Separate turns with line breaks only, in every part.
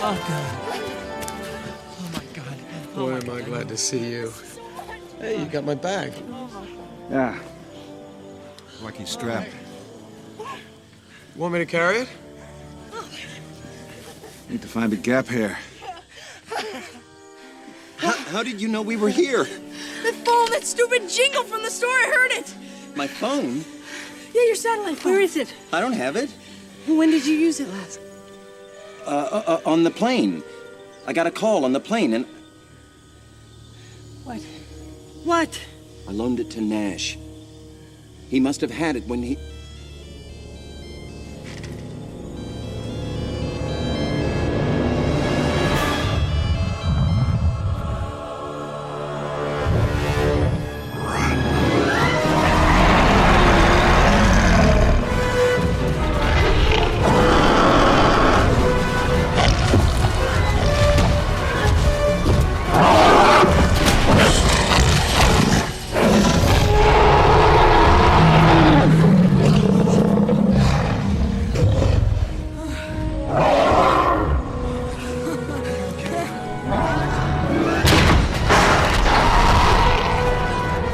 Oh, God. Oh, my God. Oh,
Boy,
my
am
God.
I glad to see you. Hey, you got my bag.
Yeah. Lucky strap.
Want me to carry it?
Need to find a gap here. How, how did you know we were here?
The phone, that stupid jingle from the store, I heard it.
My phone?
Yeah, your satellite phone. Where is it?
I don't have it.
When did you use it last?
Uh, uh, on the plane. I got a call on the plane and
What? What?
I loaned it to Nash. He must have had it when he.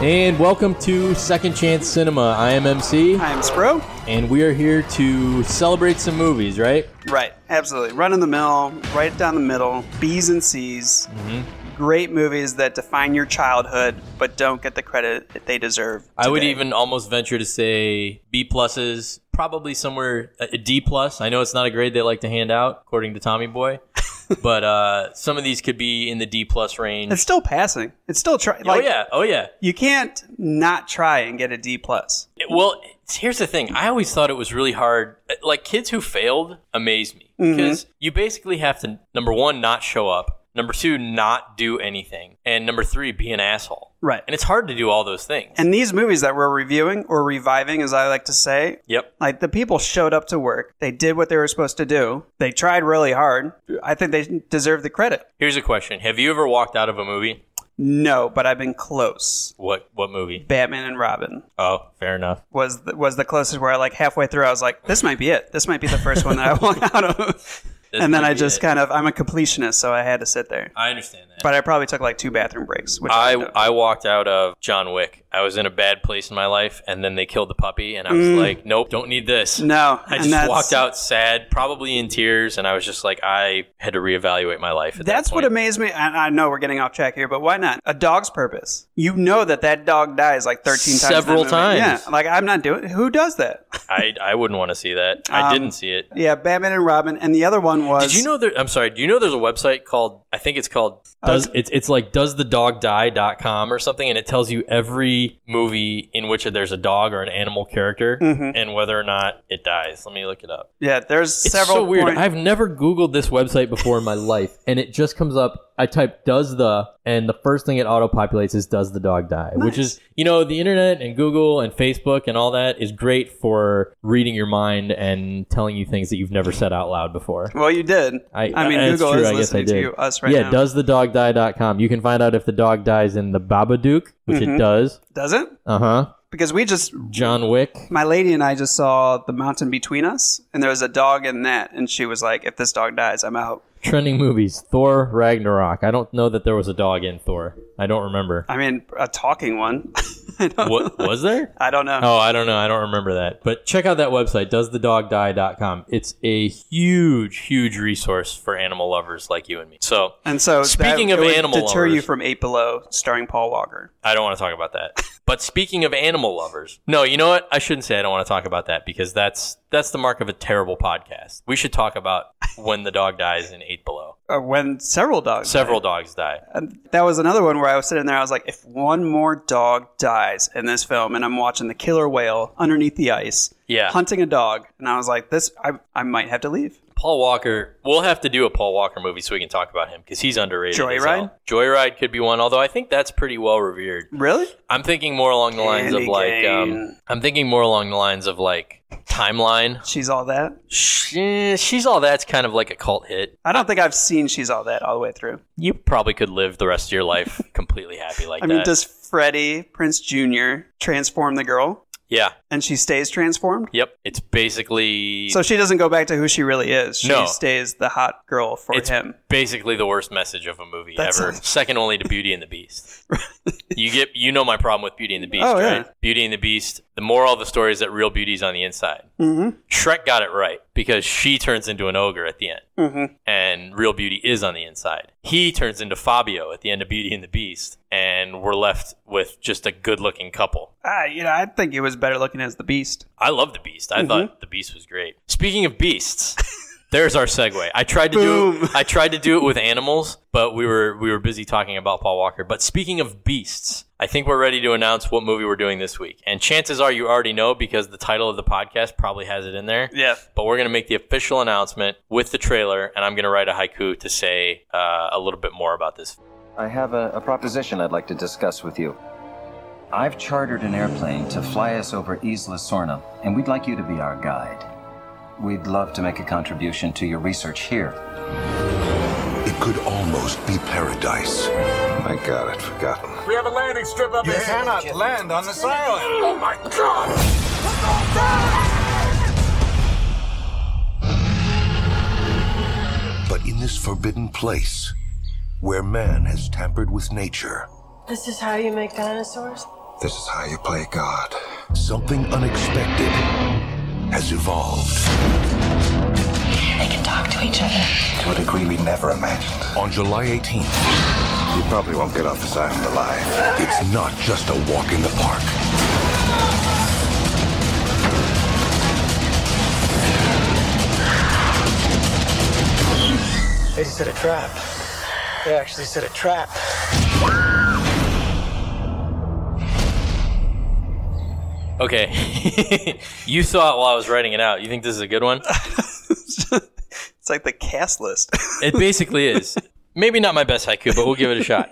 And welcome to Second Chance Cinema. I am MC,
Hi, I'm Spro.
and we are here to celebrate some movies, right?
Right, absolutely. Run in the mill, right down the middle, B's and C's.
Mm-hmm.
Great movies that define your childhood but don't get the credit that they deserve.
I would
today.
even almost venture to say B pluses, probably somewhere a a D plus. I know it's not a grade they like to hand out, according to Tommy Boy, but uh, some of these could be in the D plus
It's
range.
still passing. It's still try. Like,
oh yeah, oh yeah.
You can't not try and get a D plus.
It- Well, here's the thing. I always thought it was really hard. Like kids who failed amaze me because you basically have to number one not show up, number two not do anything, and number three be an asshole.
Right.
And it's hard to do all those things.
And these movies that we're reviewing or reviving, as I like to say,
yep.
like the people showed up to work. They did what they were supposed to do. They tried really hard. I think they deserve the credit.
Here's a question: Have you ever walked out of a movie?
No, but I've been close.
What What movie?
Batman and Robin.
Oh, fair enough.
was the, was the closest where I like halfway through I was like this might be it this might be the first one that I walk out of and then
might
I
be
just
it.
kind of I'm a completionist so I had to sit there
I understand that.
but I probably took like two bathroom breaks which
I,
don't.
I walked out of John Wick. I was in a bad place in my life, and then they killed the puppy, and I was like, nope, don't need this.
no
I
and
just
that's-
walked out sad, probably in tears, and I was just like, I had to reevaluate my life. At
that's
that
what
point.
amazed me and I know we're getting off track here but why not a dog's purpose you know that that dog dies like 13 times in that
Several
movie.
times.
yeah like I'm not doing who does that
I I wouldn't want to see that. I
Um,
didn't see it.
yeah Batman and Robin and the other one was
Did you know there? I'm sorry. Do you know there's a website called? I think it's called. Does it's it's like doesthedogdie.com or something, and it tells you every movie in which there's a dog or an animal character
Mm-hmm.
and whether or not it dies. Let me look it up.
yeah there's
It's
several
so weird.
point-
I've never Googled this website before in my life, and it just comes up. I type "does the" and the first thing it auto populates is "does the dog die," which is you know the internet and Google and Facebook and all that is great for reading your mind and telling you things that you've never said out loud before.
well you did
I, uh,
mean
it's
Google
true,
is
I guess I
listening
did.
to you, us right
yeah,
now
does the dog die.com. You can find out if the dog dies in the Babadook, which
Mm-hmm.
it does.
does it
Uh huh.
because we just
John Wick.
my lady and I just saw The Mountain Between Us, and there was a dog in that, and she was like, "If this dog dies, I'm out."
Trending movies. Thor Ragnarok. I don't know that there was a dog in Thor. I don't remember.
I mean, a talking one. I don't,
what was there?
I don't know.
Oh, I don't know. I don't remember that. But check out that website, doesthedogdie.com. It's a huge, huge resource for animal lovers like you and me. So
And so, that-
Speaking of
it would
animal
deter you
lovers.
from Eight Below, starring Paul Walker.
I don't want to talk about that. But speaking of animal lovers, no, you know what? I shouldn't say I don't want to talk about that because that's that's the mark of a terrible podcast. We should talk about when the dog dies in Eight Below.
Uh, when several dogs.
Several dogs die.
And that was another one where I was sitting there. I was like, if one more dog dies in this film, and I'm watching the killer whale underneath the ice,
Yeah.
hunting a dog, and I was like, this, I, I might have to leave.
Paul Walker. We'll have to do a Paul Walker movie so we can talk about him because he's underrated. as
Joyride?
hell. Joyride could be one, although I think that's pretty well revered.
Really?
I'm thinking more along the lines
Candy
of like. Um,
cane.
I'm thinking more along the lines of like timeline.
She's all that.
She, she's all that's kind of like a cult hit.
I don't think I've seen She's All That all the way through.
You probably could live the rest of your life completely happy like
I mean,
that.
does Freddie Prince Jr. transform the girl?
yeah,
and she stays transformed.
Yep. It's basically
So she doesn't go back to who she really is. She
No.
stays the hot girl for
it's
him.
basically the worst message of a movie
That's
ever,
it.
second only to Beauty and the Beast. you get you know my problem with Beauty and the Beast,
Oh,
right?
yeah.
Beauty and the Beast. The moral of the story is that real beauty's on the inside.
Mhm.
Shrek got it right because she turns into an ogre at the end, mm-hmm. and real beauty is on the inside. He turns into Fabio at the end of Beauty and the Beast, and we're left with just a good-looking couple.
Ah, you know, I think he was better looking as the Beast.
I love the Beast. I
Mm-hmm.
thought the Beast was great. Speaking of beasts, there's our segue. I tried to do
Boom.
it, I tried to do it with animals, but we were we were busy talking about Paul Walker. But speaking of beasts, I think we're ready to announce what movie we're doing this week. And chances are you already know because the title of the podcast probably has it in there.
Yeah.
But we're gonna make the official announcement with the trailer, and I'm gonna write a haiku to say uh, a little bit more about this.
I have a, a proposition I'd like to discuss with you. I've chartered an airplane to fly us over Isla Sorna, and we'd like you to be our guide. We'd love to make a contribution to your research here.
It could almost be paradise. My God, I'd forgotten.
We have a landing strip up here. cannot land on this island.
Oh my God! But in this forbidden place, where man has tampered with nature,
This is how you make dinosaurs?
this is how you play God. Something unexpected has evolved.
They can talk to each other.
To a degree we never imagined. On July 18th,
You probably won't get off this island alive.
it's not just a walk in the park.
They set a trap. They actually set a trap.
Okay. you saw it while I was writing it out. You think this is a good one?
It's like the cast list.
It basically is. Maybe not my best haiku, but we'll give it a shot.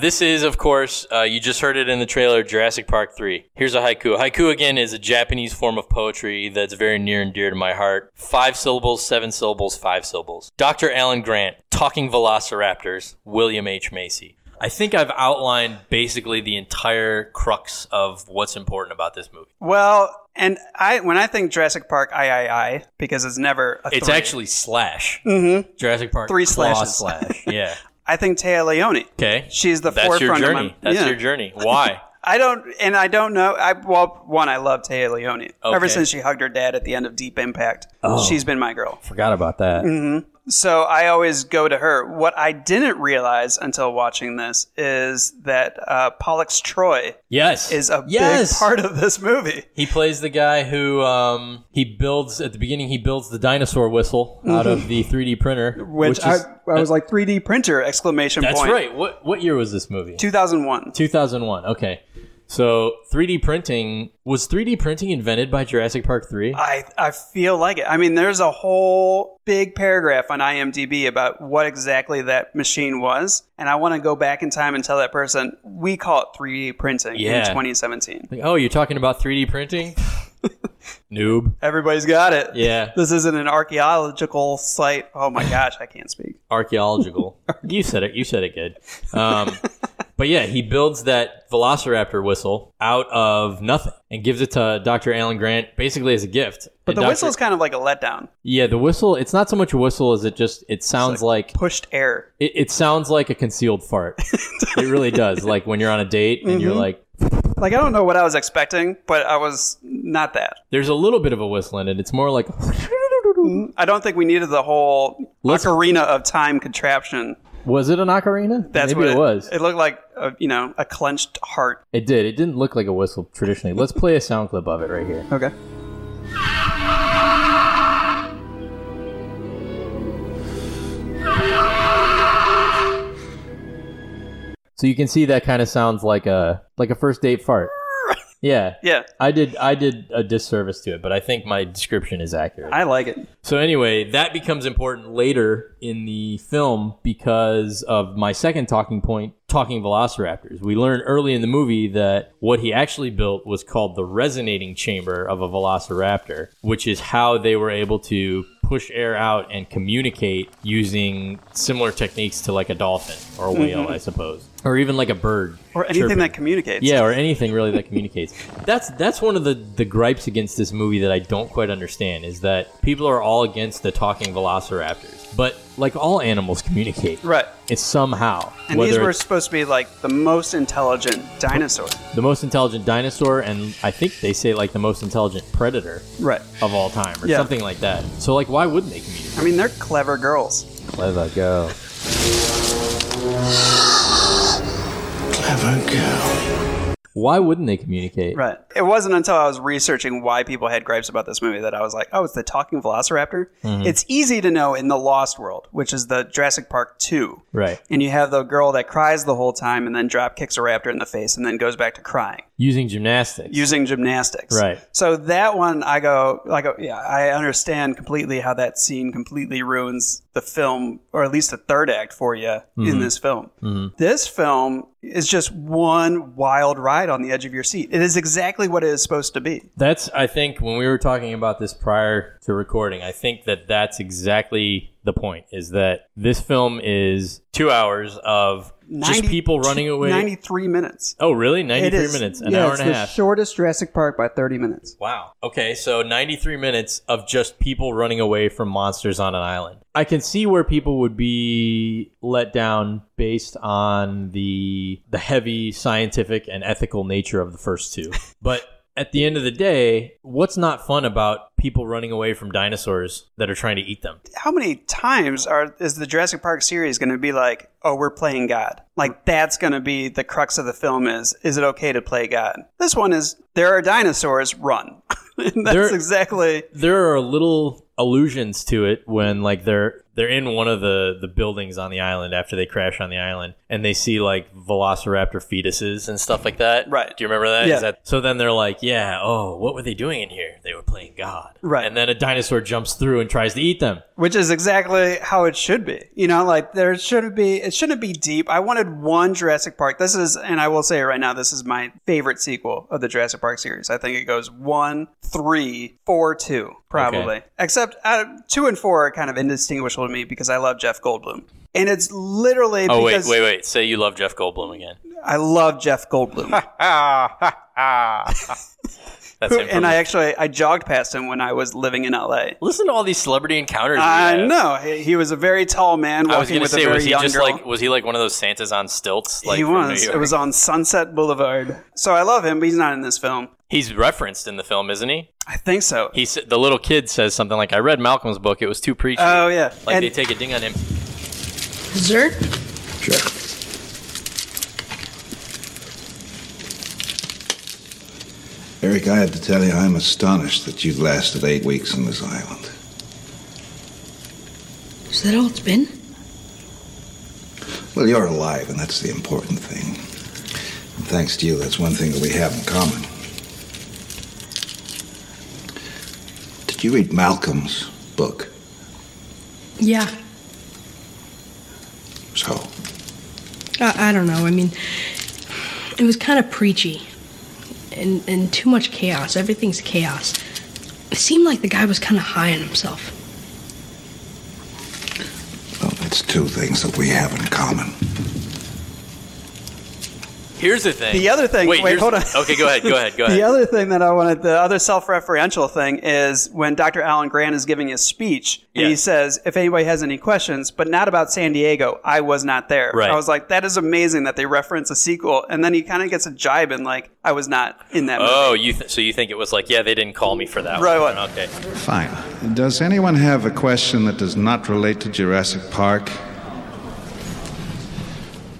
This is, of course, uh, you just heard it in the trailer, Jurassic Park 3. Here's a haiku. Haiku, again, is a Japanese form of poetry that's very near and dear to my heart. Five syllables, seven syllables, five syllables. Dr. Alan Grant, Talking Velociraptors, William H. Macy. I think I've outlined basically the entire crux of what's important about this movie.
well, and I when I think Jurassic Park, I I I because it's never a
It's
three.
actually slash. Mm-hmm. Jurassic Park
Three
claw
slashes.
slash. Yeah.
I think Taya Leone.
Okay.
She's the
That's your
forefront of my-
journey. That's
Yeah.
your journey. Why?
I don't, and I don't know. I well, one, I love Taya Leone. Ever
Okay. Oh.
since she hugged her dad at the end of Deep Impact, she's been my girl.
Forgot about that.
Mm. So I always go to her. What I didn't realize until watching this is that uh, Pollux Troy
Yes,
is a
yes.
big part of this movie.
He plays the guy who um, he builds at the beginning. He builds the dinosaur whistle out of the 3D printer,
Mm-hmm. Which, I,
is-
I was like 3D printer exclamation
that's
point.
right. What what year was this movie?
2001.
2001. Okay, so 3D printing was 3D printing invented by Jurassic Park 3.
I, I feel like it. I mean, there's a whole big paragraph on IMDb about what exactly that machine was. And I want to go back in time and tell that person we call it 3D printing
Yeah.
in 2017.
Like, oh, you're talking about 3D printing, noob.
Everybody's got it.
Yeah,
This isn't an archaeological site. Oh my gosh, I can't speak.
archaeological. you said it. You said it good. Um, but yeah, he builds that Velociraptor whistle out of nothing and gives it to Dr. Alan Grant basically as a gift.
But the whistle's kind of like a letdown.
yeah, the whistle. It's not so much a whistle as it just it sounds like,
Pushed air.
it, it sounds like a concealed fart. it really does. Like when you're on a date and
Mm-hmm.
you're like,
Like I don't know what I was expecting, but I was not that.
there's a little bit of a whistle in it. It's more like
I don't think we needed the whole
Let's-
ocarina of time contraption.
was it an ocarina?
That's
Maybe
what
it was.
It looked like a, you know a clenched heart.
It did. It didn't look like a whistle traditionally. Let's play a sound clip of it right here.
Okay.
So you can see that kind of sounds like a like a first date fart. Yeah.
Yeah,
I did I did a disservice to it, but I think my description is accurate.
I like it.
So anyway, that becomes important later in the film because of my second talking point, talking velociraptors. We learn early in the movie that what he actually built was called the resonating chamber of a velociraptor, which is how they were able to push air out and communicate using similar techniques to like a dolphin or a whale, I suppose, or even like a bird
Mm-hmm. Or anything
chirping.
that communicates.
Yeah, or anything really that communicates. That's that's one of the the gripes against this movie that I don't quite understand is that people are all against the talking velociraptors, but like all animals communicate.
Right.
It's somehow
And
whether
these were
it's
supposed to be like the most intelligent dinosaur.
the most intelligent dinosaur and I think they say like the most intelligent predator
Right.
of all time or
Yeah.
something like that. So like why wouldn't they communicate?
I mean, they're clever girls.
Clever go.
Clever girl.
Why wouldn't they communicate?
Right. It wasn't until I was researching why people had gripes about this movie that I was like, oh, it's the talking velociraptor. It's easy to know in The Lost World, which is the Jurassic Park 2.
Right.
And you have the girl that cries the whole time and then drop kicks a raptor in the face and then goes back to crying
Using gymnastics.
using gymnastics.
Right.
So that one, I go like, yeah, I understand completely how that scene completely ruins the film, or at least the third act for you
Mm-hmm.
in this film. This film is just one wild ride on the edge of your seat. It is exactly what it is supposed to be.
That's I think when we were talking about this prior to recording, I think that that's exactly the point is that this film is 2 hours of just
90
people running away.
Ninety-three minutes.
oh, really?
It
93
is-
minutes, an
yeah,
hour
it's
and a
the
half.
Shortest Jurassic Park by thirty minutes.
Wow. Okay, so 93 minutes of just people running away from monsters on an island. I can see where people would be let down based on the the heavy scientific and ethical nature of the first two. But at the end of the day, what's not fun about people running away from dinosaurs that are trying to eat them?
How many times are is the Jurassic Park series going to be like, oh, we're playing God? Like that's going to be the crux of the film is is it okay to play God? This one is there are dinosaurs, run. And that's
There-
exactly
There are little allusions to it when like they're they're in one of the the buildings on the island after they crash on the island and they see like velociraptor fetuses and stuff like that.
Right.
Do you remember that? Is
Yeah.
that so then they're like, yeah, oh, what were they doing in here? They were playing God.
Right.
And then a dinosaur jumps through and tries to eat them.
which is exactly how it should be. You know, like there shouldn't be it shouldn't be deep. I wanted one Jurassic Park. This is and I will say it right now, this is my favorite sequel of the Jurassic Park series. I think it goes one, three, four, two, probably. Except uh, two and four are kind of indistinguishable to me because I love Jeff Goldblum. And it's literally
Oh
because
wait, wait, wait. Say you love Jeff Goldblum again.
I love Jeff Goldblum.
That's him.
and I actually I jogged past him when I was living in LA.
Listen to all these celebrity encounters. we
I
have.
know Uh, he, he was a very tall man
I was
walking
gonna
with a
say,
very
was he
young
just
girl.
like was he like one of those Santas on stilts? Like
he
from New
was. It
York?
was on Sunset Boulevard. So I love him, but he's not in this film.
He's referenced in the film, isn't he?
I think so.
he sa- the little kid says something like, "I read Malcolm's book. It was too preachy."
oh yeah,
like
and
they take a ding on him.
Dessert?
Eric, I have to tell you, I'm astonished that you've lasted eight weeks on this island.
Is that all it's been?
Well, you're alive, and that's the important thing. And thanks to you, that's one thing that we have in common. Did you read Malcolm's book?
Yeah.
So,
I, I don't know. I mean, it was kind of preachy and, and too much chaos. Everything's chaos. It seemed like the guy was kind of high on himself.
well, that's two things that we have in common.
Here's the thing.
The other thing- wait,
here's-
hold on.
Okay, go ahead. Go ahead. Go ahead.
the other thing that I wanted, the other self-referential thing is when Dr. Alan Grant is giving his speech and he
Yes.
says, "If anybody has any questions, but not about San Diego, I was not there."
Right.
I was like, that is amazing that they reference a sequel, and then he kind of gets a jibe and like, I was not in that. movie.
oh, you th- so you think it was like, yeah, they didn't call me for that.
Right,
One.
what-
Okay.
Fine. Does anyone have a question that does not relate to Jurassic Park?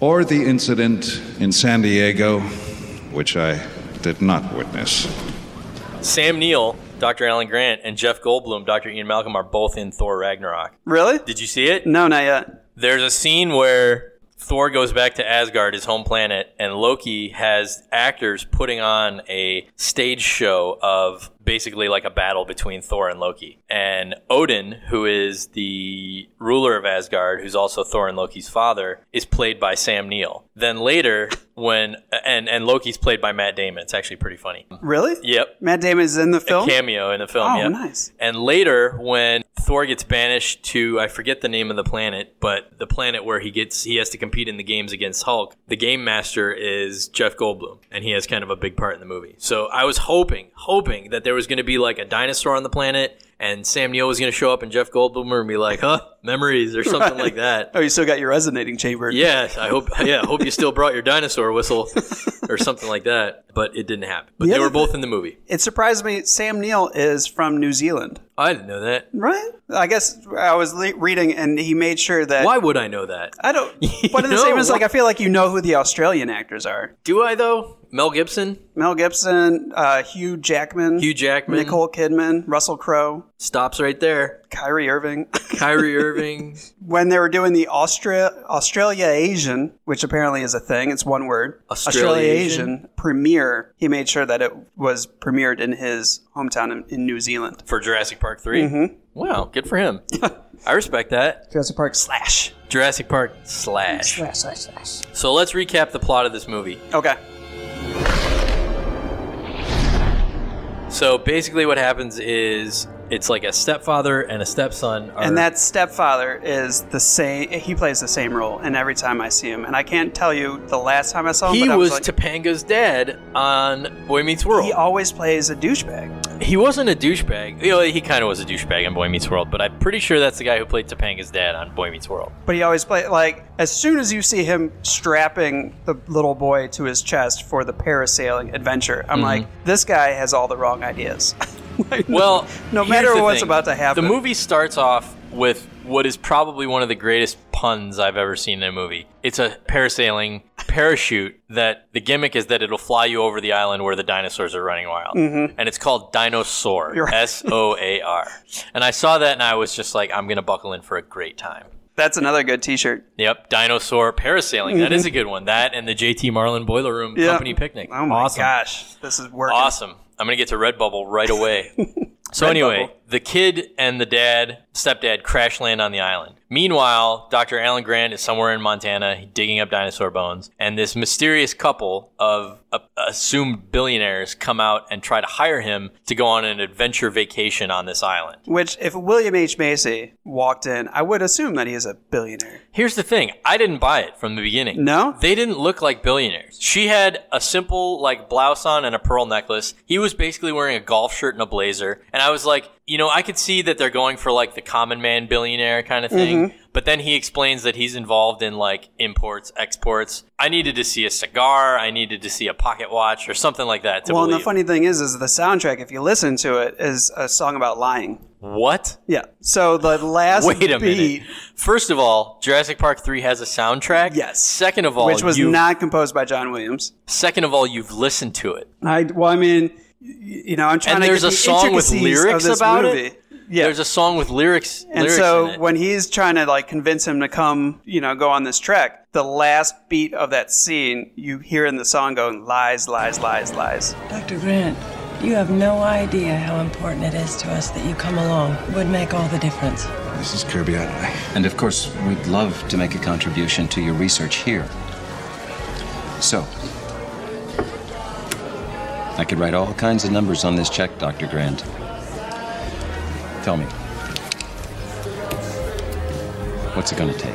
Or the incident in San Diego, which I did not witness?
Sam Neill, Dr. Alan Grant, and Jeff Goldblum, Dr. Ian Malcolm, are both in Thor Ragnarok.
Really?
Did you see it?
No, not yet.
There's a scene where Thor goes back to Asgard, his home planet, and Loki has actors putting on a stage show of basically like a battle between Thor and Loki. And Odin, who is the ruler of Asgard, who's also Thor and Loki's father, is played by Sam Neill. Then later, when and and Loki's played by Matt Damon. It's actually pretty funny.
Really?
Yep.
Matt Damon is in the film.
Cameo in the film.
Oh,
yeah.
nice.
And later, when Thor gets banished to I forget the name of the planet, but the planet where he gets he has to compete in the games against Hulk. The game master is Jeff Goldblum, and he has kind of a big part in the movie. So I was hoping, hoping that there was going to be like a dinosaur on the planet, and Sam Neill was going to show up, and Jeff Goldblum and be like, "Huh, memories" or something
Right.
like that.
Oh, you still got your resonating chamber.
Yes, I hope. Yeah, I hope you still brought your dinosaur whistle or something like that. But it didn't happen. But
The
they
other
were both in the movie.
It surprised me. Sam Neill is from New Zealand,
I didn't know that.
right? I guess I was le- reading, and he made sure that.
Why would I know that?
I don't. But in the
know,
same, it's like
why-
I feel like you know who the Australian actors are:
Do I though? Mel Gibson,
Mel Gibson, uh, Hugh Jackman,
Hugh Jackman,
Nicole Kidman, Russell Crowe,
stops right there.
Kyrie Irving.
Kyrie Irving.
when they were doing the Austra- Australia Asian, which apparently is a thing, it's one word.
Australiasian?
Australiasian premiere. He made sure that it was premiered in his hometown in, in New Zealand.
for Jurassic Park 3
Mm-hmm.
Wow, good for him. I respect that.
Jurassic Park slash.
Jurassic Park slash. So let's recap the plot of this movie.
Okay.
So basically, what happens is it's like a stepfather and a stepson. Are,
And that stepfather is the same. He plays the same role, and every time I see him, and I can't tell you the last time I saw him.
he
but I
was,
was like,
Topanga's dad on Boy Meets World.
he always plays a douchebag.
He wasn't a douchebag. You know, he kind of was a douchebag in Boy Meets World, but I'm pretty sure that's the guy who played Topanga's dad on Boy Meets World.
But he always play like as soon as you see him strapping the little boy to his chest for the parasailing adventure,
Mm-hmm.
I'm like, this guy has all the wrong ideas. Like, no-
Well,
no
here's
matter
the
what's
thing.
about to happen,
the movie starts off with what is probably one of the greatest puns I've ever seen in a movie. It's a parasailing parachute that the gimmick is that it'll fly you over the island where the dinosaurs are running wild,
Mm-hmm.
and it's called Dinosaur, S O A R. And I saw that and I was just like, I'm gonna buckle in for a great time.
That's another good T-shirt.
Yep, dinosaur parasailing. That is a good one. That and the JT Marlin Boiler Room
Yeah.
Company picnic.
Oh my
awesome.
gosh, this is working.
Awesome. I'm gonna get to Redbubble right away. so anyway, the kid and the dad, stepdad, crash land on the island. Meanwhile, Dr. Alan Grant is somewhere in Montana digging up dinosaur bones, and this mysterious couple of uh, assumed billionaires come out and try to hire him to go on an adventure vacation on this island.
Which, if William H Macy walked in, I would assume that he is a billionaire.
Here's the thing. I didn't buy it from the beginning.
No?
They didn't look like billionaires. She had a simple, like, blouse on and a pearl necklace. He was basically wearing a golf shirt and a blazer. And I was like, you know, I could see that they're going for, like, the common man billionaire kind of thing.
Mm-hmm.
But then he explains that he's involved in, like, imports, exports. I needed to see a cigar. I needed to see a pocket watch or something like that to
well, and
believe.
the funny thing is, is the soundtrack. If you listen to it, is a song about lying.
what?
Yeah. So the last
Wait a
beat,
minute. First of all, Jurassic Park 3 has a soundtrack.
Yes.
Second of all,
which was
you-
not composed by John Williams.
second of all, you've listened to it.
I well, I mean, y- you know, I'm trying
and
to
there's
get
a
the
song with
intricacies of
lyrics
this
about
movie.
it.
Yeah.
There's a song with lyrics.
and
lyrics in
so
it.
when he's trying to like convince him to come, you know, go on this trek, the last beat of that scene, you hear in the song going lies, lies, lies, lies.
Dr. Grant, you have no idea how important it is to us that you come along. It would make all the difference.
This is Kirby Ottaway. And of course, we'd love to make a contribution to your research here. So, I could write all kinds of numbers on this check, Dr. Grant. Tell me, what's it going to take?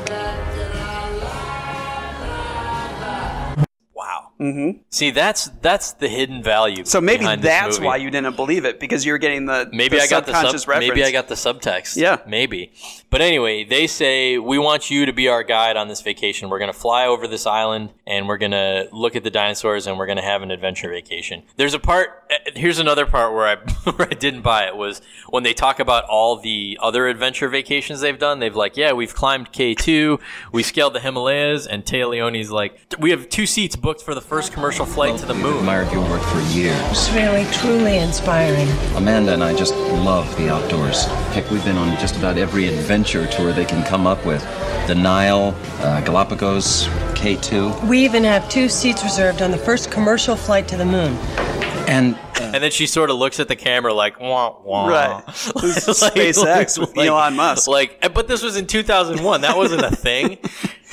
wow. Mm-hmm. See, that's that's the hidden value.
So maybe
behind this
that's
movie.
why you didn't believe it because you were getting the
Maybe
the
I got the
subconscious
sub,
reference.
maybe I got the subtext.
Yeah.
maybe. But anyway, they say we want you to be our guide on this vacation. We're gonna fly over this island and we're gonna look at the dinosaurs and we're gonna have an adventure vacation. There's a part. eh, Here's another part where I where I didn't buy it was when they talk about all the other adventure vacations they've done. They've like, yeah, we've climbed K two, we scaled the Himalayas, and Taya Leone's like, we have two seats booked for the first commercial flight to the
We've
moon.
admired your work for years.
It's really, truly inspiring.
Amanda and I just love the outdoors. Heck, we've been on just about every adventure tour they can come up with the Nile, uh, Galapagos, K2.
We even have two seats reserved on the first commercial flight to the moon.
And uh,
and then she sort of looks at the camera like, wah, wah.
Right. This is SpaceX with Elon Musk.
Like, but this was in 2001. That wasn't a thing.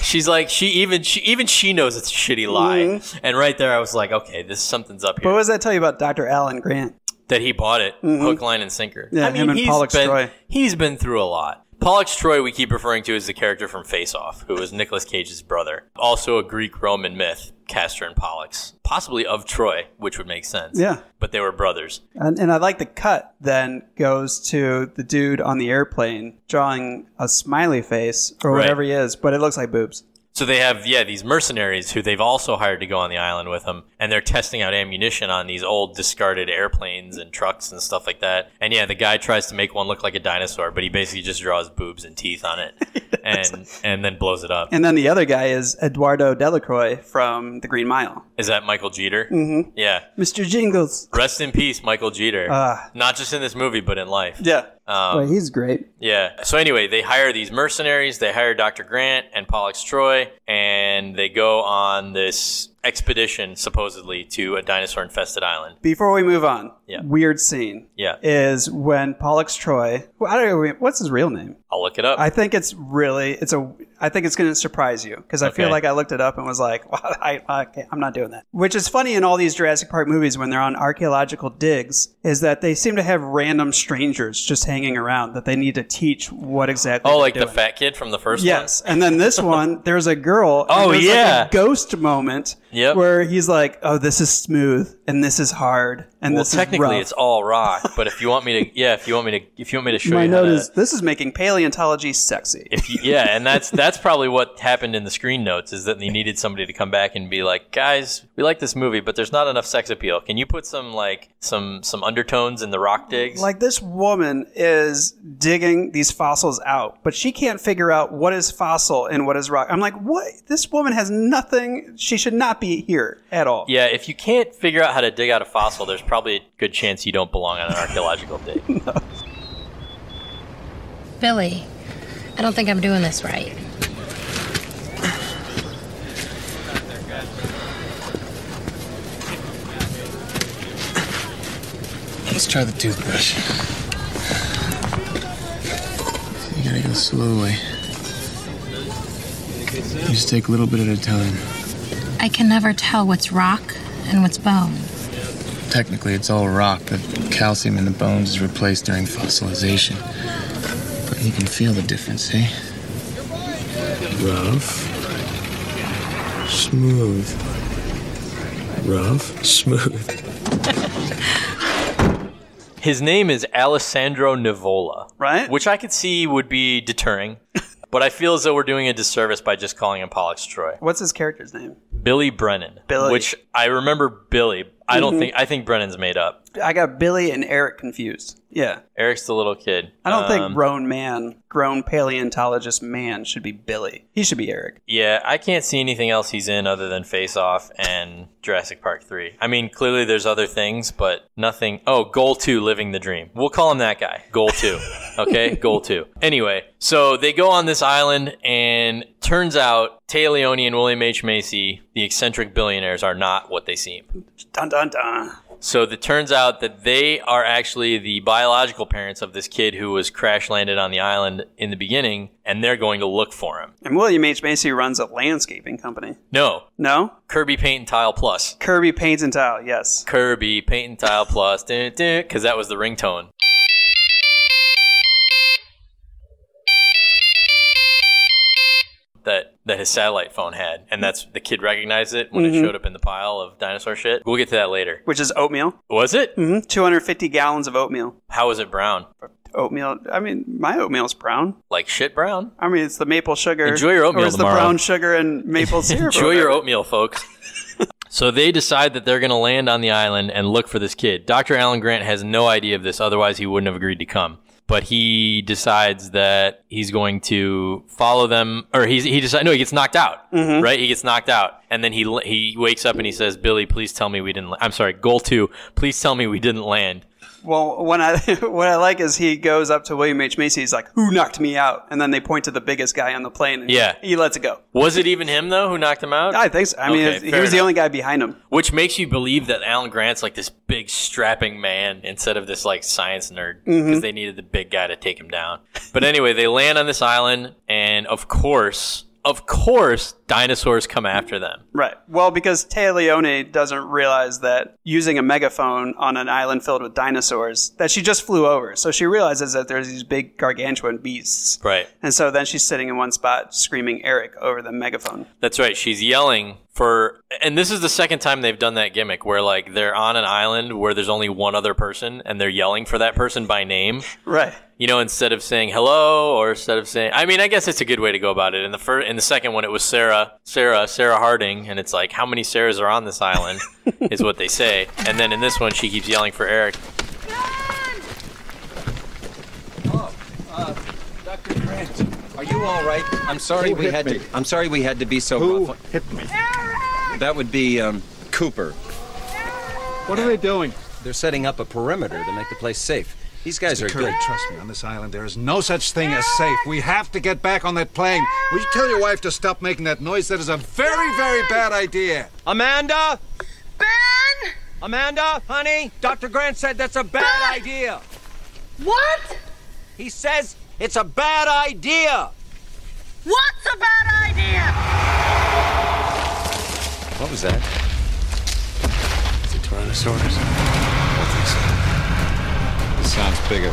She's like, she even she even she knows it's a shitty lie.
Mhm.
And right there, I was like, okay, this something's up here.
But what does that tell you about Dr. Alan Grant?
that he bought it
Mhm.
hook, line, and sinker.
Yeah,
I mean,
him and
he's
Pollux
been,
Troy.
He's been through a lot. Pollux Troy, we keep referring to as the character from Face Off, who was Nicolas Cage's brother, also a Greek Roman myth, Castor and Pollux, possibly of Troy, which would make sense.
Yeah.
but they were brothers.
And, and I like the cut then goes to the dude on the airplane drawing a smiley face or
Right.
whatever he is, but it looks like boobs.
So they have, yeah, these mercenaries who they've also hired to go on the island with them, and they're testing out ammunition on these old discarded airplanes and trucks and stuff like that. And yeah, the guy tries to make one look like a dinosaur, but he basically just draws boobs and teeth on it, and and then blows it up.
And then the other guy is Eduardo Delacroix from The Green Mile.
Is that Michael Jeter?
Mhm.
Yeah.
Mr. Jingles.
Rest in peace, Michael Jeter.
Ah.
Not just in this movie, but in life.
Yeah.
Um,
Boy, he's great.
yeah. So anyway, they hire these mercenaries. They hire Dr. Grant and Pollux Troy, and they go on this expedition, supposedly, to a dinosaur-infested island.
Before we move on,
Yeah.
weird scene
Yeah.
is when Pollux Troy, well, I don't know, what's his real name?
I'll look it up.
I think it's really it's a I think it's going to surprise you because I feel
Okay.
like I looked it up and was like, wow, I, I can't- I'm not doing that. Which is funny in all these Jurassic Park movies when they're on archaeological digs is that they seem to have random strangers just hanging around that they need to teach what exactly.
oh,
they're
like the
doing.
fat kid from the first one?
Yes, and then this one, there's a girl. and
Oh,
there's like
yeah.
a ghost moment.
Yep.
where he's like, "Oh, this is smooth, and this is hard, and
well,
this
technically,
is rough."
it's all rock, but if you want me to, yeah, if you want me to, if you want me to show
My
you how
note
to-
is this is making paleontology sexy.
If you, yeah, and that's that's probably what happened in the screen notes is that they needed somebody to come back and be like, guys, we like this movie, but there's not enough sex appeal. Can you put some like some some undertones in the rock digs?
Like this woman is digging these fossils out, but she can't figure out what is fossil and what is rock. I'm like, what? This woman has nothing. She should not be here at all.
yeah, if you can't figure out how to dig out a fossil, there's probably a good chance you don't belong on an archaeological dig.
Billy, I don't think I'm doing this right.
Let's try the toothbrush. You gotta go slowly. You just take a little bit at a time.
I can never tell what's rock and what's bone.
Technically, it's all rock, but calcium in the bones is replaced during fossilization. But you can feel the difference, eh? Rough. Smooth. Rough. Smooth.
His name is Alessandro Nivola,
right?
Which I could see would be deterring, but I feel as though we're doing a disservice by just calling him Pollux Troy.
What's his character's name?
Billy Brennan,
Billy.
which I remember Billy. I don't
Mhm.
think I think Brennan's made up.
I got Billy and Eric confused. Yeah.
Eric's the little kid.
I don't
Um,
think grown man, grown paleontologist man should be Billy. He should be Eric.
Yeah, I can't see anything else he's in other than Face Off and Jurassic Park 3. I mean, clearly there's other things, but nothing. Oh, Goal 2, Living the Dream. We'll call him that guy. Goal 2. Okay? Goal 2. Anyway, so they go on this island, and turns out Taleone and William H. Macy, the eccentric billionaires, are not what they seem.
Dun dun dun.
So it turns out that they are actually the biological parents of this kid who was crash landed on the island in the beginning, and they're going to look for him.
And William H. Macy runs a landscaping company.
No,
No?
Kirby Paint and Tile Plus.
Kirby Paint and Tile, yes.
Kirby Paint and Tile Plus, because that was the ringtone. That, that his satellite phone had, and that's the kid recognized it when
Mhm.
it showed up in the pile of dinosaur shit. We'll get to that later.
Which is oatmeal.
Was it?
hmm 250 gallons of oatmeal.
How was it brown?
Oatmeal, I mean, my oatmeal's brown.
Like shit brown.
I mean, it's the maple sugar.
Enjoy your oatmeal
Or it's
tomorrow.
the brown sugar and maple syrup.
Enjoy your
or whatever.
oatmeal, folks. so they decide that they're going to land on the island and look for this kid. Dr. Alan Grant has no idea of this, otherwise, he wouldn't have agreed to come. But he decides that he's going to follow them, or he's, he decides, no, he gets knocked out, right? He gets knocked out. And then he, l- he wakes up and he says, Billy, please tell me we didn't, la-" I'm sorry, goal two, please tell me we didn't land.
Well, when I what I like is he goes up to William H Macy. He's like, "Who knocked me out?" And then they point to the biggest guy on the plane. And
Yeah.
he lets it go.
Was it even him though who knocked him out?
I think so. I mean,
Okay,
it's- he
fair
was the
enough.
only guy behind him.
Which makes you believe that Alan Grant's like this big strapping man instead of this like science nerd because
Mhm.
they needed the big guy to take him down. But anyway, they land on this island, and of course, of course, dinosaurs come after them.
Right. Well, because Leone doesn't realize that using a megaphone on an island filled with dinosaurs that she just flew over. So she realizes that there's these big gargantuan beasts.
Right.
And so then she's sitting in one spot screaming Eric over the megaphone.
That's right. She's yelling for, and this is the second time they've done that gimmick where like they're on an island where there's only one other person, and they're yelling for that person by name.
Right.
You know, instead of saying hello or instead of saying, I mean, I guess it's a good way to go about it. In the first, in the second one, it was Sarah, Sarah, Sarah Harding, and it's like, how many Sarahs are on this island, is what they say. And then in this one, she keeps yelling for Eric.
Dr. Grant, are you all right? I'm sorry
Who
we
hit
had
me?
to. I'm sorry we had to be so
Who
rough. hit me? That would be um, Cooper. What are they doing? They're setting up a perimeter to make the place safe. These guys are
Mr. Curry,
good.
trust me, on this island there is no such thing as safe. We have to get back on that plane. Will you tell your wife to stop making that noise? That is a very, very bad idea.
Amanda? Ben? Amanda, honey, Dr. Grant said that's a bad idea. What? He says it's a bad idea. What's a bad idea?
What was that?
Is it Tyrannosaurus? I don't think so. It sounds bigger.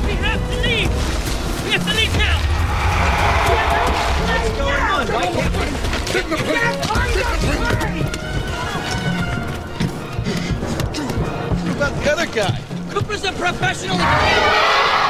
We have to leave. We have to leave now. What's going on? Why can't we? What about the other guy? Cooper's a professional.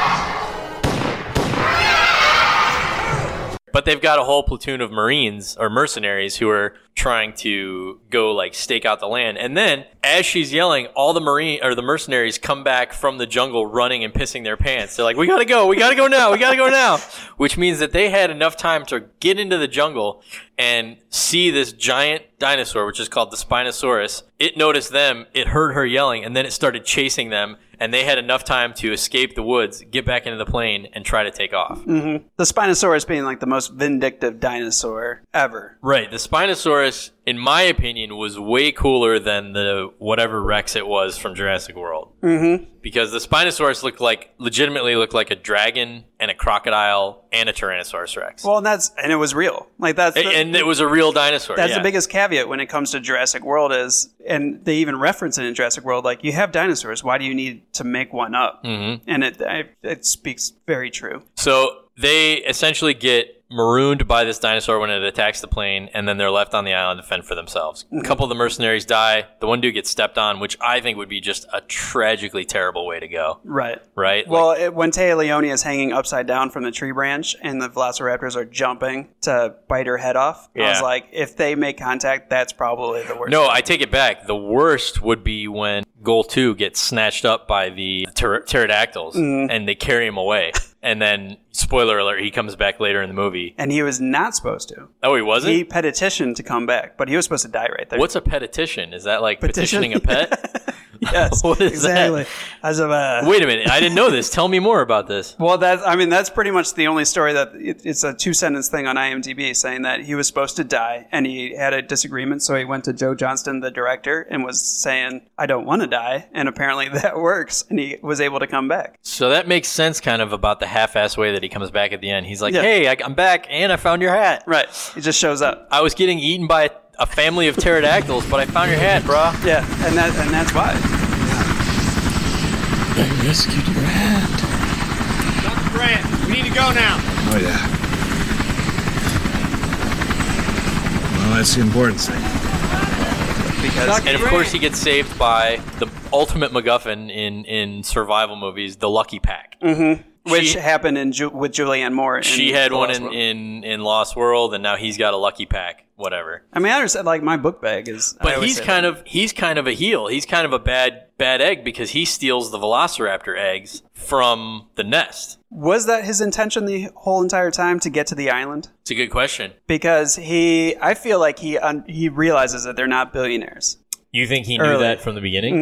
But they've got a whole platoon of Marines or mercenaries who are trying to go like stake out the land. And then as she's yelling, all the Marine or the mercenaries come back from the jungle running and pissing their pants. They're like, we gotta go, we gotta go now, we gotta go now. Which means that they had enough time to get into the jungle and see this giant dinosaur, which is called the Spinosaurus. It noticed them, it heard her yelling, and then it started chasing them. And they had enough time to escape the woods, get back into the plane, and try to take off.
hmm The Spinosaurus being like the most vindictive dinosaur ever.
Right. The Spinosaurus, in my opinion, was way cooler than the whatever Rex it was from Jurassic World.
Mm-hmm.
Because the Spinosaurus looked like, legitimately looked like a dragon and a crocodile and a Tyrannosaurus Rex.
Well, and that's and it was real. Like that's the-
and it was a real dinosaur.
That's
yeah.
the biggest caveat when it comes to Jurassic World is, and they even reference it in Jurassic World, like you have dinosaurs. Why do you need to make one up?
Mhm.
And it I, it speaks very true.
So they essentially get marooned by this dinosaur when it attacks the plane, and then they're left on the island to fend for themselves.
Mm-hmm.
A couple of the mercenaries die. The one dude gets stepped on, which I think would be just a tragically terrible way to go.
Right.
Right?
Well, it, when Taya Leone is hanging upside down from the tree branch and the velociraptors are jumping to bite her head off, I was
Yeah.
like, if they make contact, that's probably the worst.
No, I take it back. The worst would be when Goal 2 gets snatched up by the pter- pterodactyls
Mhm.
and they carry him away. And then, spoiler alert, he comes back later in the movie.
And he was not supposed to.
Oh, he wasn't?
He petitioned to come back, but he was supposed to die right there.
What's a petition? Is that like
Petition?
petitioning a pet?
yes,
What is that?
exactly. As of uh,
Wait a minute. I didn't know this. Tell me more about this.
Well, that's I mean that's pretty much the only story that it, it's a two sentence thing on IMDb saying that he was supposed to die and he had a disagreement, so he went to Joe Johnston, the director, and was saying, "I don't want to die," and apparently that works, and he was able to come back.
So that makes sense kind of about the half ass way that he comes back at the end. He's like,
Yeah.
hey, I, I'm back and I found your hat.
Right. He just shows up.
I was getting eaten by a, a family of pterodactyls, but I found your hat, brah.
Yeah, and that and that's why.
I rescued your hat.
Dr. Grant, we need to go now.
Oh, yeah. Well, that's the important thing.
Because
and of course he gets saved by the ultimate MacGuffin in in survival movies, the Lucky Pack.
Mm-hmm. Which happened in Ju- with Julianne Moore. in
She had
The
one
Lost
in,
World.
in in Lost World, and now he's got a Lucky Pack. Whatever.
I mean, I understand. Like my book bag is. I
But
always
he's
say
kind of he's kind of a heel. He's kind of a bad bad egg because he steals the Velociraptor eggs from the nest.
that. was that his intention the whole entire time to get to the island?
It's a good question.
because he I feel like he un, he realizes that they're not billionaires.
You think he knew
Early.
that from the beginning?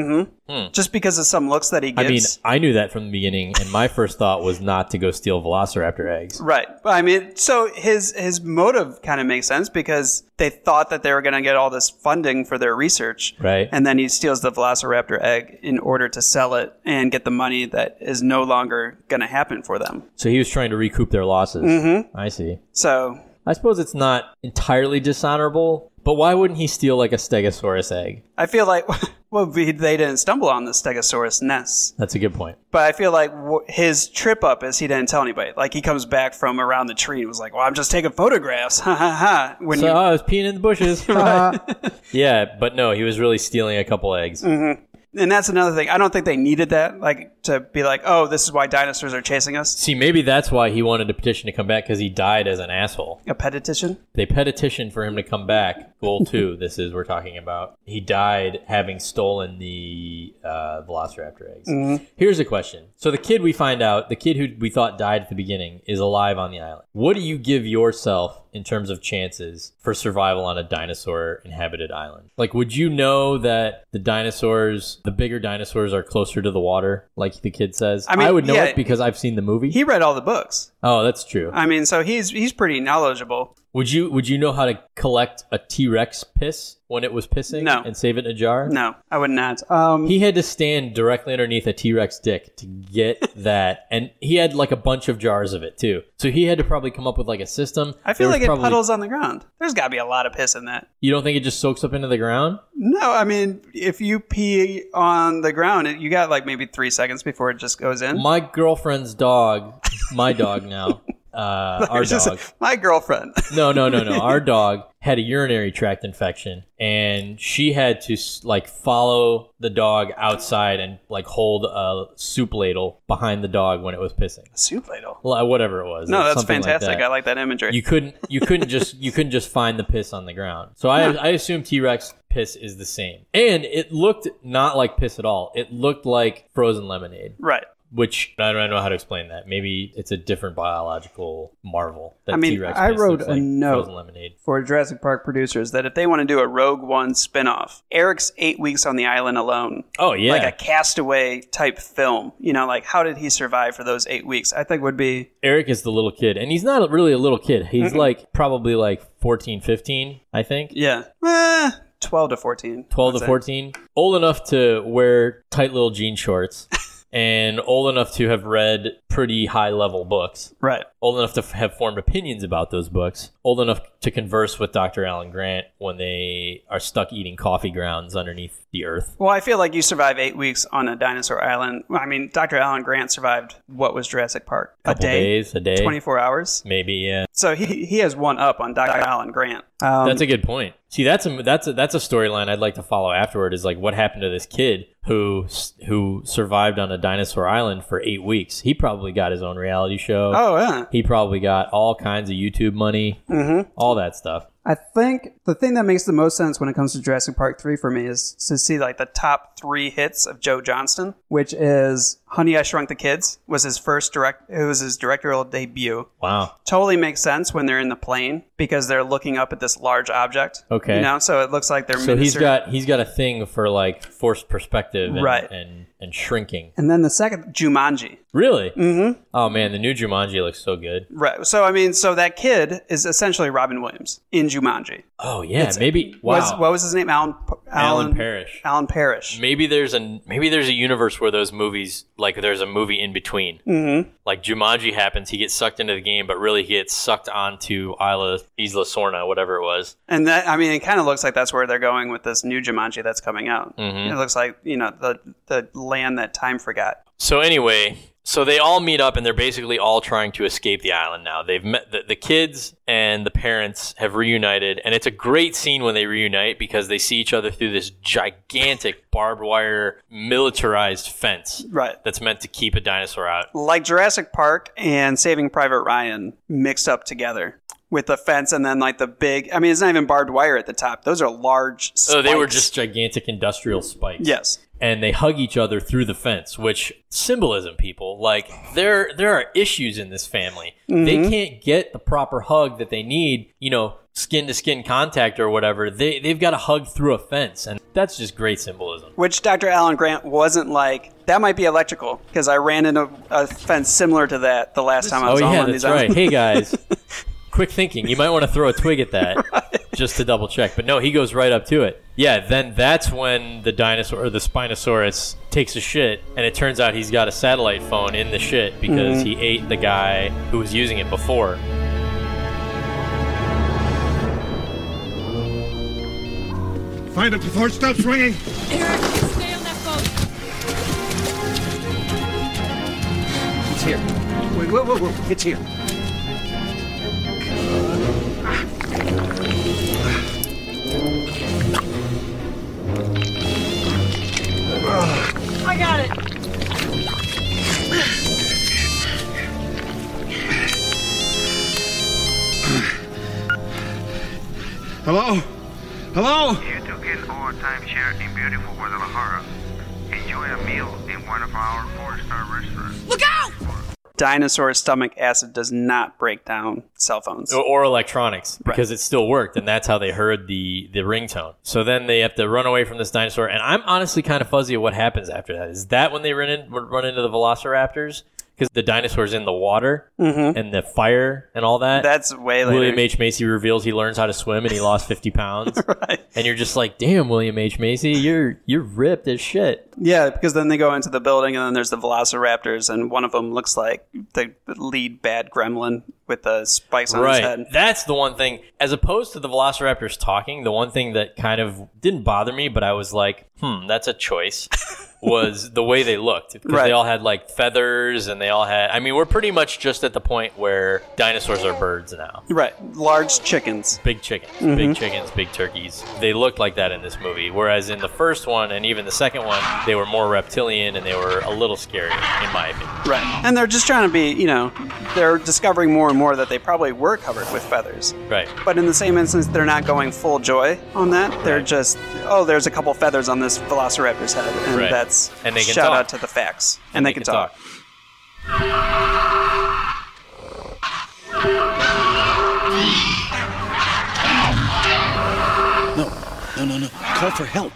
Mm-hmm. Just because of some looks that he
Hmm. I
gives.
mean, I knew that from the beginning, and my first thought was not to go steal Velociraptor eggs.
Right. But I mean, so his his motive kind of makes sense because they thought that they were going to get all this funding for their research.
Right.
And then he steals the velociraptor egg in order to sell it and get the money that is no longer going to happen for them.
So he was trying to recoup their losses.
Mhm.
I see.
So
I suppose it's not entirely dishonorable, but why wouldn't he steal like a Stegosaurus egg?
I feel like well, we, they didn't stumble on the stegosaurus nest.
That's a good point.
But I feel like wh- his trip up is he didn't tell anybody. Like he comes back from around the tree and was like, "Well, I'm just taking photographs." Ha ha ha. When
so
you
I was peeing in the bushes.
Right.
yeah, but no, he was really stealing a couple eggs.
hmm And that's another thing. I don't think they needed that, like to be like, oh, this is why dinosaurs are chasing us.
See, maybe that's why he wanted to petition to come back because he died as an asshole.
A petition?
They petitioned for him to come back. Goal two, this is we're talking about. He died having stolen the uh, Velociraptor eggs.
Mm-hmm.
Mhm.
Here's a question. So the kid we find out, the kid who we thought died at the beginning, is alive on the island. What do you give yourself in terms of chances for survival on a dinosaur inhabited island? Like, would you know that the dinosaurs, the bigger dinosaurs, are closer to the water, like the kid says?
I mean,
would know
yeah.
it because I've seen the movie.
He read all the books.
Oh, that's true.
I mean, so he's he's pretty knowledgeable.
Would you would you know how to collect a T Rex piss when it was pissing
No.
and save it in a jar?
No, I would not. Um,
he had to stand directly underneath a T Rex dick to get that, and he had like a bunch of jars of it too. So he had to probably come up with like a system.
I
There
feel
was
like it
probably-
puddles on the ground. There's got to be a lot of piss in that.
You don't think it just soaks up into the ground?
No, I mean, if you pee on the ground, it, you got like maybe three seconds before it just goes in.
My girlfriend's dog, my dog now, uh, our
Just-
dog.
My girlfriend.
No, no, no, no. Our dog had a urinary tract infection, and she had to s- like follow the dog outside and like hold a soup ladle behind the dog when it was pissing.
soup ladle.
Well, uh, whatever it was.
No,
It was
that's
something
fantastic.
that.
I like that imagery.
You couldn't. You couldn't just. You couldn't just find the piss on the ground. So I.
Huh.
I assume T Rex piss is the same, and it looked not like piss at all. It looked like frozen lemonade.
Right.
Which I don't know how to explain that. Maybe it's a different biological marvel. That
I mean,
T-Rex
I
piss
wrote
looks
a
like
note
Frozen lemonade.
for Jurassic Park producers that if they want to do a Rogue One spinoff, Eric's eight weeks on the island alone.
Oh, yeah.
like a castaway type film. You know, like how did he survive for those eight weeks? I think would be
Eric is the little kid, and he's not really a little kid. He's
Mm-mm.
like probably like 14, 15, I think.
yeah, eh, twelve to fourteen.
12
I'd
to
say.
14. Old enough to wear tight little jean shorts and old enough to have read pretty high level books.
Right.
Old enough to f- have formed opinions about those books. Old enough to converse with Dr. Alan Grant when they are stuck eating coffee grounds underneath the earth.
Well, I feel like you survive eight weeks on a dinosaur island. Well, I mean, Dr. Alan Grant survived what was Jurassic Park?
Couple
a day?
days, a day.
24 hours?
Maybe, yeah.
So he, he has one up on Dr. Alan Grant. Um,
that's a good point. See, that's a that's a, that's a storyline I'd like to follow afterward. Is like what happened to this kid who s- who survived on a dinosaur island for eight weeks. He probably got his own reality show.
Oh, yeah.
He probably got all kinds of YouTube money,
Mhm.
all that stuff.
I think the thing that makes the most sense when it comes to Jurassic Park 3 for me is to see like the top three hits of Joe Johnston, which is Honey, I Shrunk the Kids was his first direct, it was his directorial debut.
Wow.
Totally makes sense when they're in the plane because they're looking up at this large object.
Okay.
You know, so it looks like they're
So he's
miniature-
got he's got a thing for like forced perspective, and,
Right.
and and shrinking.
And then the second, Jumanji.
Really?
Mm-hmm.
Oh man, the new Jumanji looks so good.
Right. So, I mean, so that kid is essentially Robin Williams in Jumanji.
Oh yeah,
It's-
maybe. Wow.
Was, what was his name? Alan,
Alan Parrish.
Alan Parrish.
Maybe there's an maybe there's a universe where those movies like there's a movie in between.
Mm-hmm.
like Jumanji happens, he gets sucked into the game, but really he gets sucked onto Isla Isla Sorna, whatever it was.
And that, I mean, it kind of looks like that's where they're going with this new Jumanji that's coming out.
Mhm.
It looks like, you know, the, the land that time forgot.
So anyway, so they all meet up and they're basically all trying to escape the island now. They've met the, the kids and the parents have reunited, and it's a great scene when they reunite because they see each other through this gigantic barbed wire militarized fence.
Right.
That's meant to keep a dinosaur out.
Like Jurassic Park and Saving Private Ryan mixed up together. with the fence and then like the big. I mean, it's not even barbed wire at the top. Those are large. Spikes.
So Oh, they were just gigantic industrial spikes.
Yes.
And they hug each other through the fence, which symbolism, people. Like there there are issues in this family. They
Mhm.
can't get the proper hug that they need, you know, skin to skin contact or whatever. They they've got to hug through a fence and that's just great symbolism.
Which Dr. Alan Grant wasn't like. That might be electrical because I ran into a fence similar to that the last time I
oh
was on
yeah,
one of
that's
these
right.
islands.
hey guys. Quick thinking. You might want to throw a twig at that just to double check. But no, he goes right up to it. Yeah, then that's when the dinosaur or the Spinosaurus takes a shit and it turns out he's got a satellite phone in the shit because
Mhm.
he ate the guy who was using it before.
Find it before it stops ringing.
Stay on that boat.
It's here. Wait, whoa, whoa, whoa. It's here.
I got it.
Hello? Hello?
You took an all-time share in beautiful Guadalajara. Enjoy a meal in one of our four-star restaurants.
Look out!
Dinosaur stomach acid does not break down cell phones.
Or, or electronics because it still worked, and that's how they heard the the ringtone. So then they have to run away from this dinosaur, and I'm honestly kind of fuzzy of what happens after that. Is that when they run in run into the Velociraptors because the dinosaur's in the water
Mhm.
and the fire and all that?
That's way later.
William H Macy reveals he learns how to swim and he lost 50 pounds, and you're just like, damn, William H Macy, you're you're ripped as shit.
Yeah, because then they go into the building and then there's the velociraptors, and one of them looks like the lead bad gremlin with the spikes on his head.
That's the one thing. As opposed to the Velociraptors talking, the one thing that kind of didn't bother me, but I was like, hmm, that's a choice, was the way they looked. Because
Right.
they all had like feathers and they all had. I mean, we're pretty much just at the point where dinosaurs are birds now.
Right. Large chickens.
Big chickens,
Mhm.
big chickens, big turkeys. They looked like that in this movie. Whereas in the first one and even the second one, they were more reptilian and they were a little scary, in my opinion.
Right. And they're just trying to be, you know, they're discovering more and more that they probably were covered with feathers.
Right.
But in the same instance, they're not going full joy on that. They're just, oh, there's a couple feathers on this velociraptor's head. And
Right.
that's
And they can
shout
talk.
out to the facts. And, they, can, talk.
No, no, no, no. Call for help.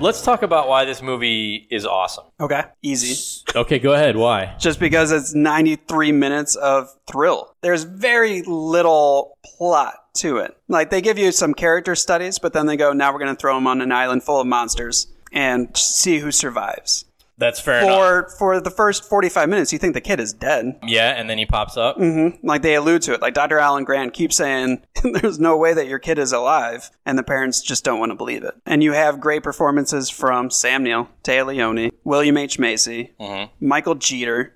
Let's talk about why this movie is awesome.
Okay. Easy.
Okay, go ahead. Why?
Just because it's 93 minutes of thrill. There's very little plot to it. Like, they give you some character studies, but then they go, now we're going to throw them on an island full of monsters and see who survives.
That's fair enough.
for for the first 45 minutes you think the kid is dead
Yeah, and then he pops up.
hmm like they allude to it like dr alan grant keeps saying there's no way that your kid is alive and the parents just don't want to believe it and you have great performances from sam neill taya leone william h macy
Mm-hmm.
michael jeter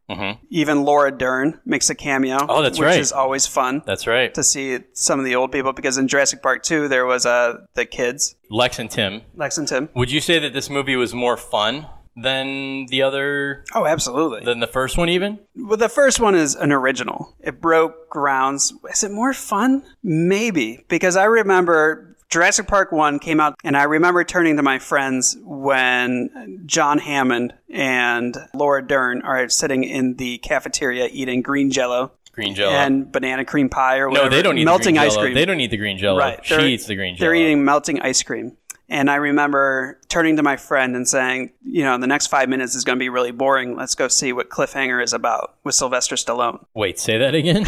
even laura dern makes a cameo
Oh, that's
which
right.
is always fun
That's right.
to see some of the old people because in jurassic park 2 there was uh, the kids
Lex and Tim.
lex and tim
Would you say that this movie was more fun than the other?
Oh, absolutely.
Than the first one, even?
Well, the first one is an original. It broke grounds. Is it more fun? Maybe. Because I remember Jurassic Park 1 came out, and I remember turning to my friends when John Hammond and Laura Dern are sitting in the cafeteria eating green jello.
Green jello.
And banana cream pie or whatever.
no, they don't eat
melting
the green
ice
jello.
cream.
They don't eat the green jello.
Right.
She
They're-
eats the green
They're
jello.
eating melting ice cream. And I remember turning to my friend and saying, you know, the next five minutes is going to be really boring. Let's go see what Cliffhanger is about with Sylvester Stallone.
Wait, say that again?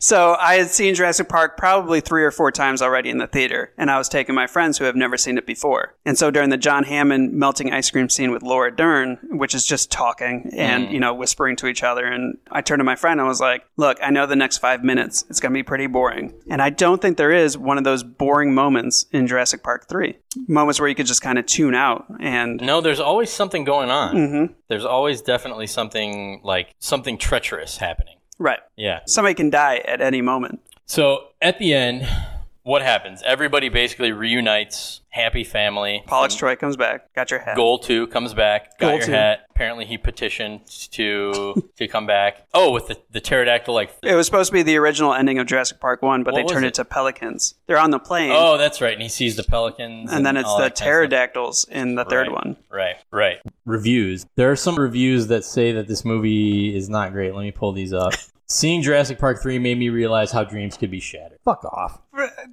So I had seen Jurassic Park probably three or four times already in the theater, and I was taking my friends who have never seen it before. And so during the John Hammond melting ice cream scene with Laura Dern, which is just talking and,
Mm.
you know, whispering to each other, and I turned to my friend and I was like, Look, I know the next five minutes, it's going to be pretty boring. And I don't think there is one of those boring moments in Jurassic Park 3, moments where you could just kind of tune out and.
No, there's always something going on.
Mhm.
There's always definitely something like something treacherous happening.
Right.
Yeah.
Somebody can die at any moment.
So at the end, what happens? Everybody basically reunites, happy family.
Pollux Troy comes back. Got your hat.
Goal two comes back, got
Goal
your
two.
hat. Apparently, he petitioned to to come back. Oh, with the, the pterodactyl, like
It was supposed to be the original ending of Jurassic Park 1, but
What
they
was
turned
it?
it? to pelicans. They're on the plane.
oh, that's right. And he sees the pelicans,
and then it's
all
the
that kind of
pterodactyls in the third
Right.
one.
stuff. right, right. Reviews. There are some reviews that say that this movie is not great. Let me pull these up. Seeing Jurassic Park three made me realize how dreams could be shattered. Fuck off.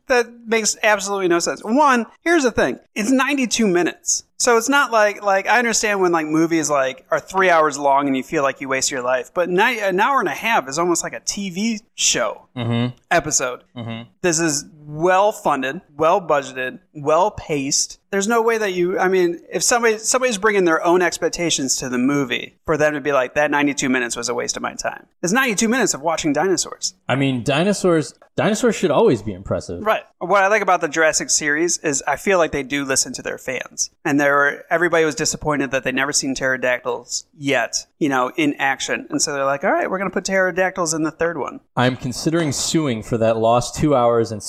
That makes absolutely no sense. One, here's the thing. It's 92 minutes. So it's not like like I understand when like movies like are 3 hours long and you feel like you waste your life, but ni- an hour and a half is almost like a TV show
Mm-hmm.
episode.
Mm-hmm.
This is well funded, well budgeted, well paced. There's no way that you. I mean, if somebody somebody's bringing their own expectations to the movie, for them to be like that 92 minutes was a waste of my time. It's 92 minutes of watching dinosaurs.
I mean, dinosaurs. Dinosaurs should always be impressive.
Right. What I like about the Jurassic series is I feel like they do listen to their fans, and there were, everybody was disappointed that they never seen pterodactyls yet, you know, in action, and so they're like, all right, we're gonna put pterodactyls in the third one.
I'm considering suing for that lost two hours and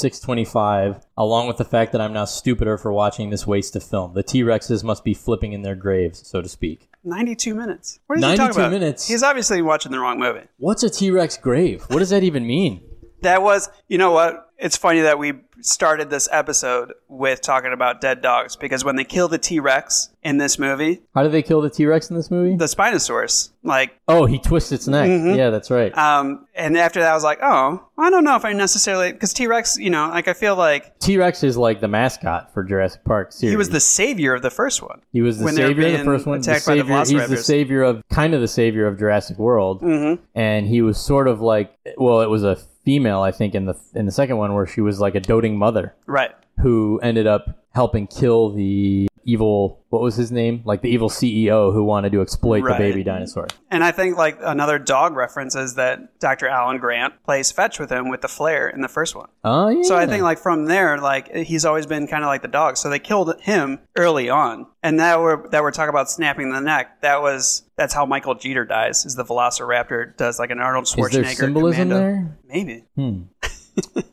625, along with the fact that I'm now stupider for watching this waste of film. The T Rexes must be flipping in their graves, so to speak.
92 minutes. What is he talking
92
about?
minutes.
He's obviously watching the wrong movie.
What's a T Rex grave? What does that even mean?
That was, you know what? It's funny that we started this episode with talking about dead dogs because when they kill the T Rex in this movie,
How do they kill the T Rex in this movie?
the Spinosaurus, like,
Oh, he twists its neck.
Mhm.
Yeah, that's right.
um, and after that, I was like, oh, I don't know if I necessarily, because T Rex, you know, like, I feel like
T Rex is like the mascot for Jurassic Park series.
he was the savior of the first one.
He was the
when they were
savior of the
being
first one. The
attacked by the
savior- he's the
Velociraptors.
savior of kind of the savior of Jurassic World,
Mhm.
and he was sort of like well, it was a female I think in the in the second one where she was like a doting mother,
Right.
Who ended up helping kill the evil what was his name like the evil CEO who wanted to exploit
Right.
the baby dinosaur.
And I think, like, another dog reference is that Dr. Alan Grant plays fetch with him with the flare in the first one.
Oh yeah.
So I think like from there, like he's always been kind of like the dog. So they killed him early on, and that we're that we're talking about snapping the neck. That was that's how Michael Jeter dies. Is the Velociraptor does like an Arnold Schwarzenegger
is there symbolism
commando.
there?
Maybe.
Hmm.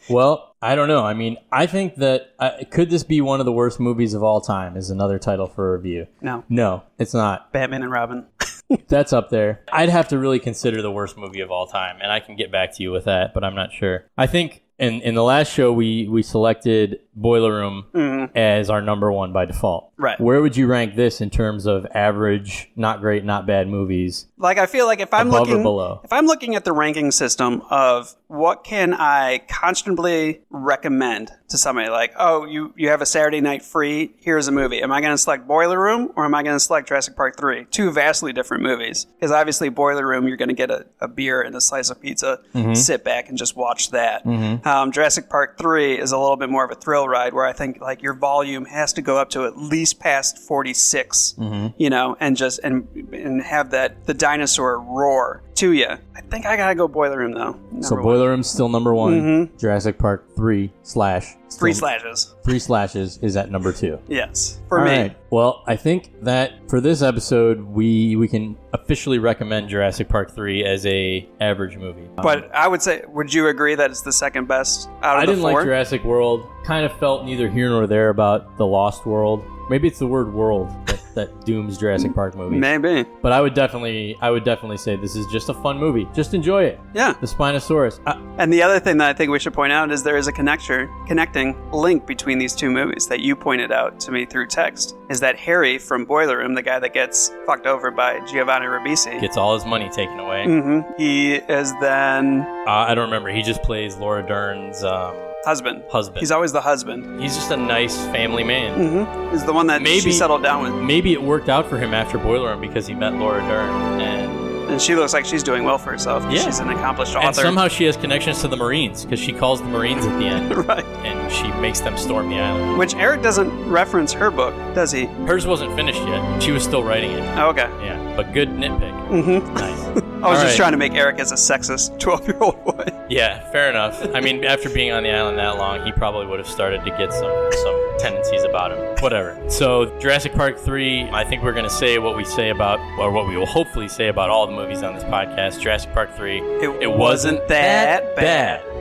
well, I don't know. I mean, I think that I, could this be one of the worst movies of all time? Is another title for review.
No.
No, it's not.
Batman and Robin.
That's up there. I'd have to really consider the worst movie of all time, and I can get back to you with that, but I'm not sure. I think in in the last show we we selected Boiler Room
Mhm.
as our number one by default.
Right.
Where would you rank this in terms of average, not great, not bad movies?
Like I feel like if I'm
Above or
looking
below?
if I'm looking at the ranking system of what can I constantly recommend to somebody like, "Oh, you you have a Saturday night free, here's a movie." Am I going to select Boiler Room or am I going to select Jurassic Park 3? Two vastly different movies. Cuz obviously Boiler Room you're going to get a, a beer and a slice of pizza,
Mm-hmm.
Mhm.
sit back and just watch that.
Mhm.
Um, Jurassic Park 3 is a little bit more of a thrill ride where I think like your volume has to go up to at least past 46
Mm-hmm.
Mhm.
you know, and just and and have that the dinosaur roar to you. I think I gotta go boiler room though.
so Boiler Room's still number one.
Mhm.
Jurassic Park three slash
Three
still-
slashes.
Three slashes is at number two.
Yes, for
All
me.
right. Well, I think that for this episode, we we can officially recommend Jurassic Park three as a average movie.
But I would say, would you agree that it's the second best out of
I
the
didn't
four?
like Jurassic World. Kind of felt neither here nor there about the Lost World. Maybe it's the word "world" that, that dooms Jurassic Park movies.
Maybe.
But I would definitely, I would definitely say this is just a fun movie. Just enjoy it.
Yeah.
The Spinosaurus. I,
And the other thing that I think we should point out is there is a connector, connecting link between these two movies that you pointed out to me through text. Is that Harry from Boiler Room, the guy that gets fucked over by Giovanni Ribisi?
gets all his money taken away.
hmm He is then
Uh, I don't remember. He just plays Laura Dern's um,
husband.
Husband.
He's always the husband.
He's just a nice family man.
hmm Is the one that she settled down with.
Maybe it worked out for him after Boiler Room because he met Laura Dern, and
And she looks like she's doing well for herself.
Yeah.
She's an accomplished author.
and somehow she has connections to the Marines because she calls the Marines at the end,
Right.
And she makes them storm the island.
Which Eric doesn't reference her book, does he?
Hers wasn't finished yet; she was still writing it.
Oh, okay.
Yeah, but good nitpick.
Mm-hmm.
Nice.
I was just
All right.
trying to make Eric as a sexist 12 year old boy.
Yeah, fair enough. I mean, after being on the island that long, he probably would have started to get some some tendencies about him. Whatever. So, Jurassic Park 3, I think we're going to say what we say about or what we will hopefully say about all the movies on this podcast. Jurassic Park 3, it,
wasn't that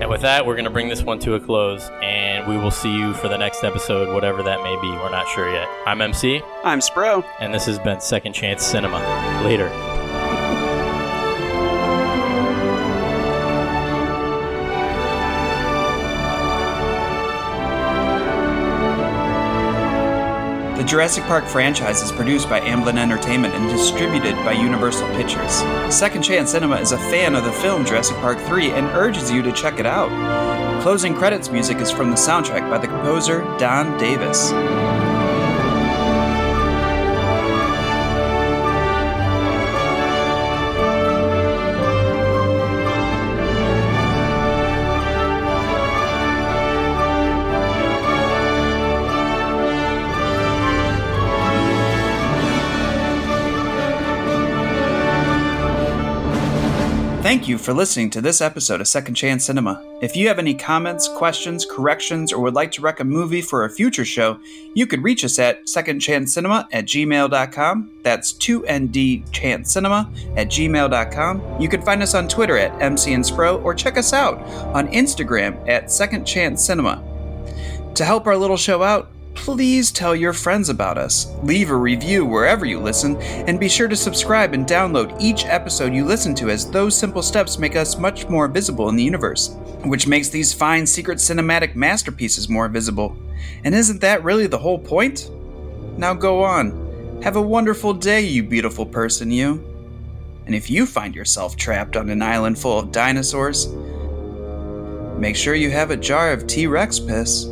And with that, we're going to bring this one to a close and we will see you for the next episode, whatever that may be. We're not sure yet. I'm MC.
I'm Spro.
And this has been Second Chance Cinema. Later.
The Jurassic Park franchise is produced by Amblin Entertainment and distributed by Universal Pictures. Second Chance Cinema is a fan of the film Jurassic Park 3 and urges you to check it out. Closing credits music is from the soundtrack by the composer Don Davis. Thank you for listening to this episode of Second Chance Cinema. If you have any comments, questions, corrections, or would like to rec a movie for a future show, you could reach us at secondchancecinema at gmail.com. That's 2ndchancecinema at gmail.com. You can find us on Twitter at MCNSpro or check us out on Instagram at Second Chance Cinema. To help our little show out, please tell your friends about us. Leave a review wherever you listen, and be sure to subscribe and download each episode you listen to, as those simple steps make us much more visible in the universe, which makes these fine secret cinematic masterpieces more visible. And isn't that really the whole point? Now go on. Have a wonderful day, you beautiful person, you. And if you find yourself trapped on an island full of dinosaurs, make sure you have a jar of T Rex piss.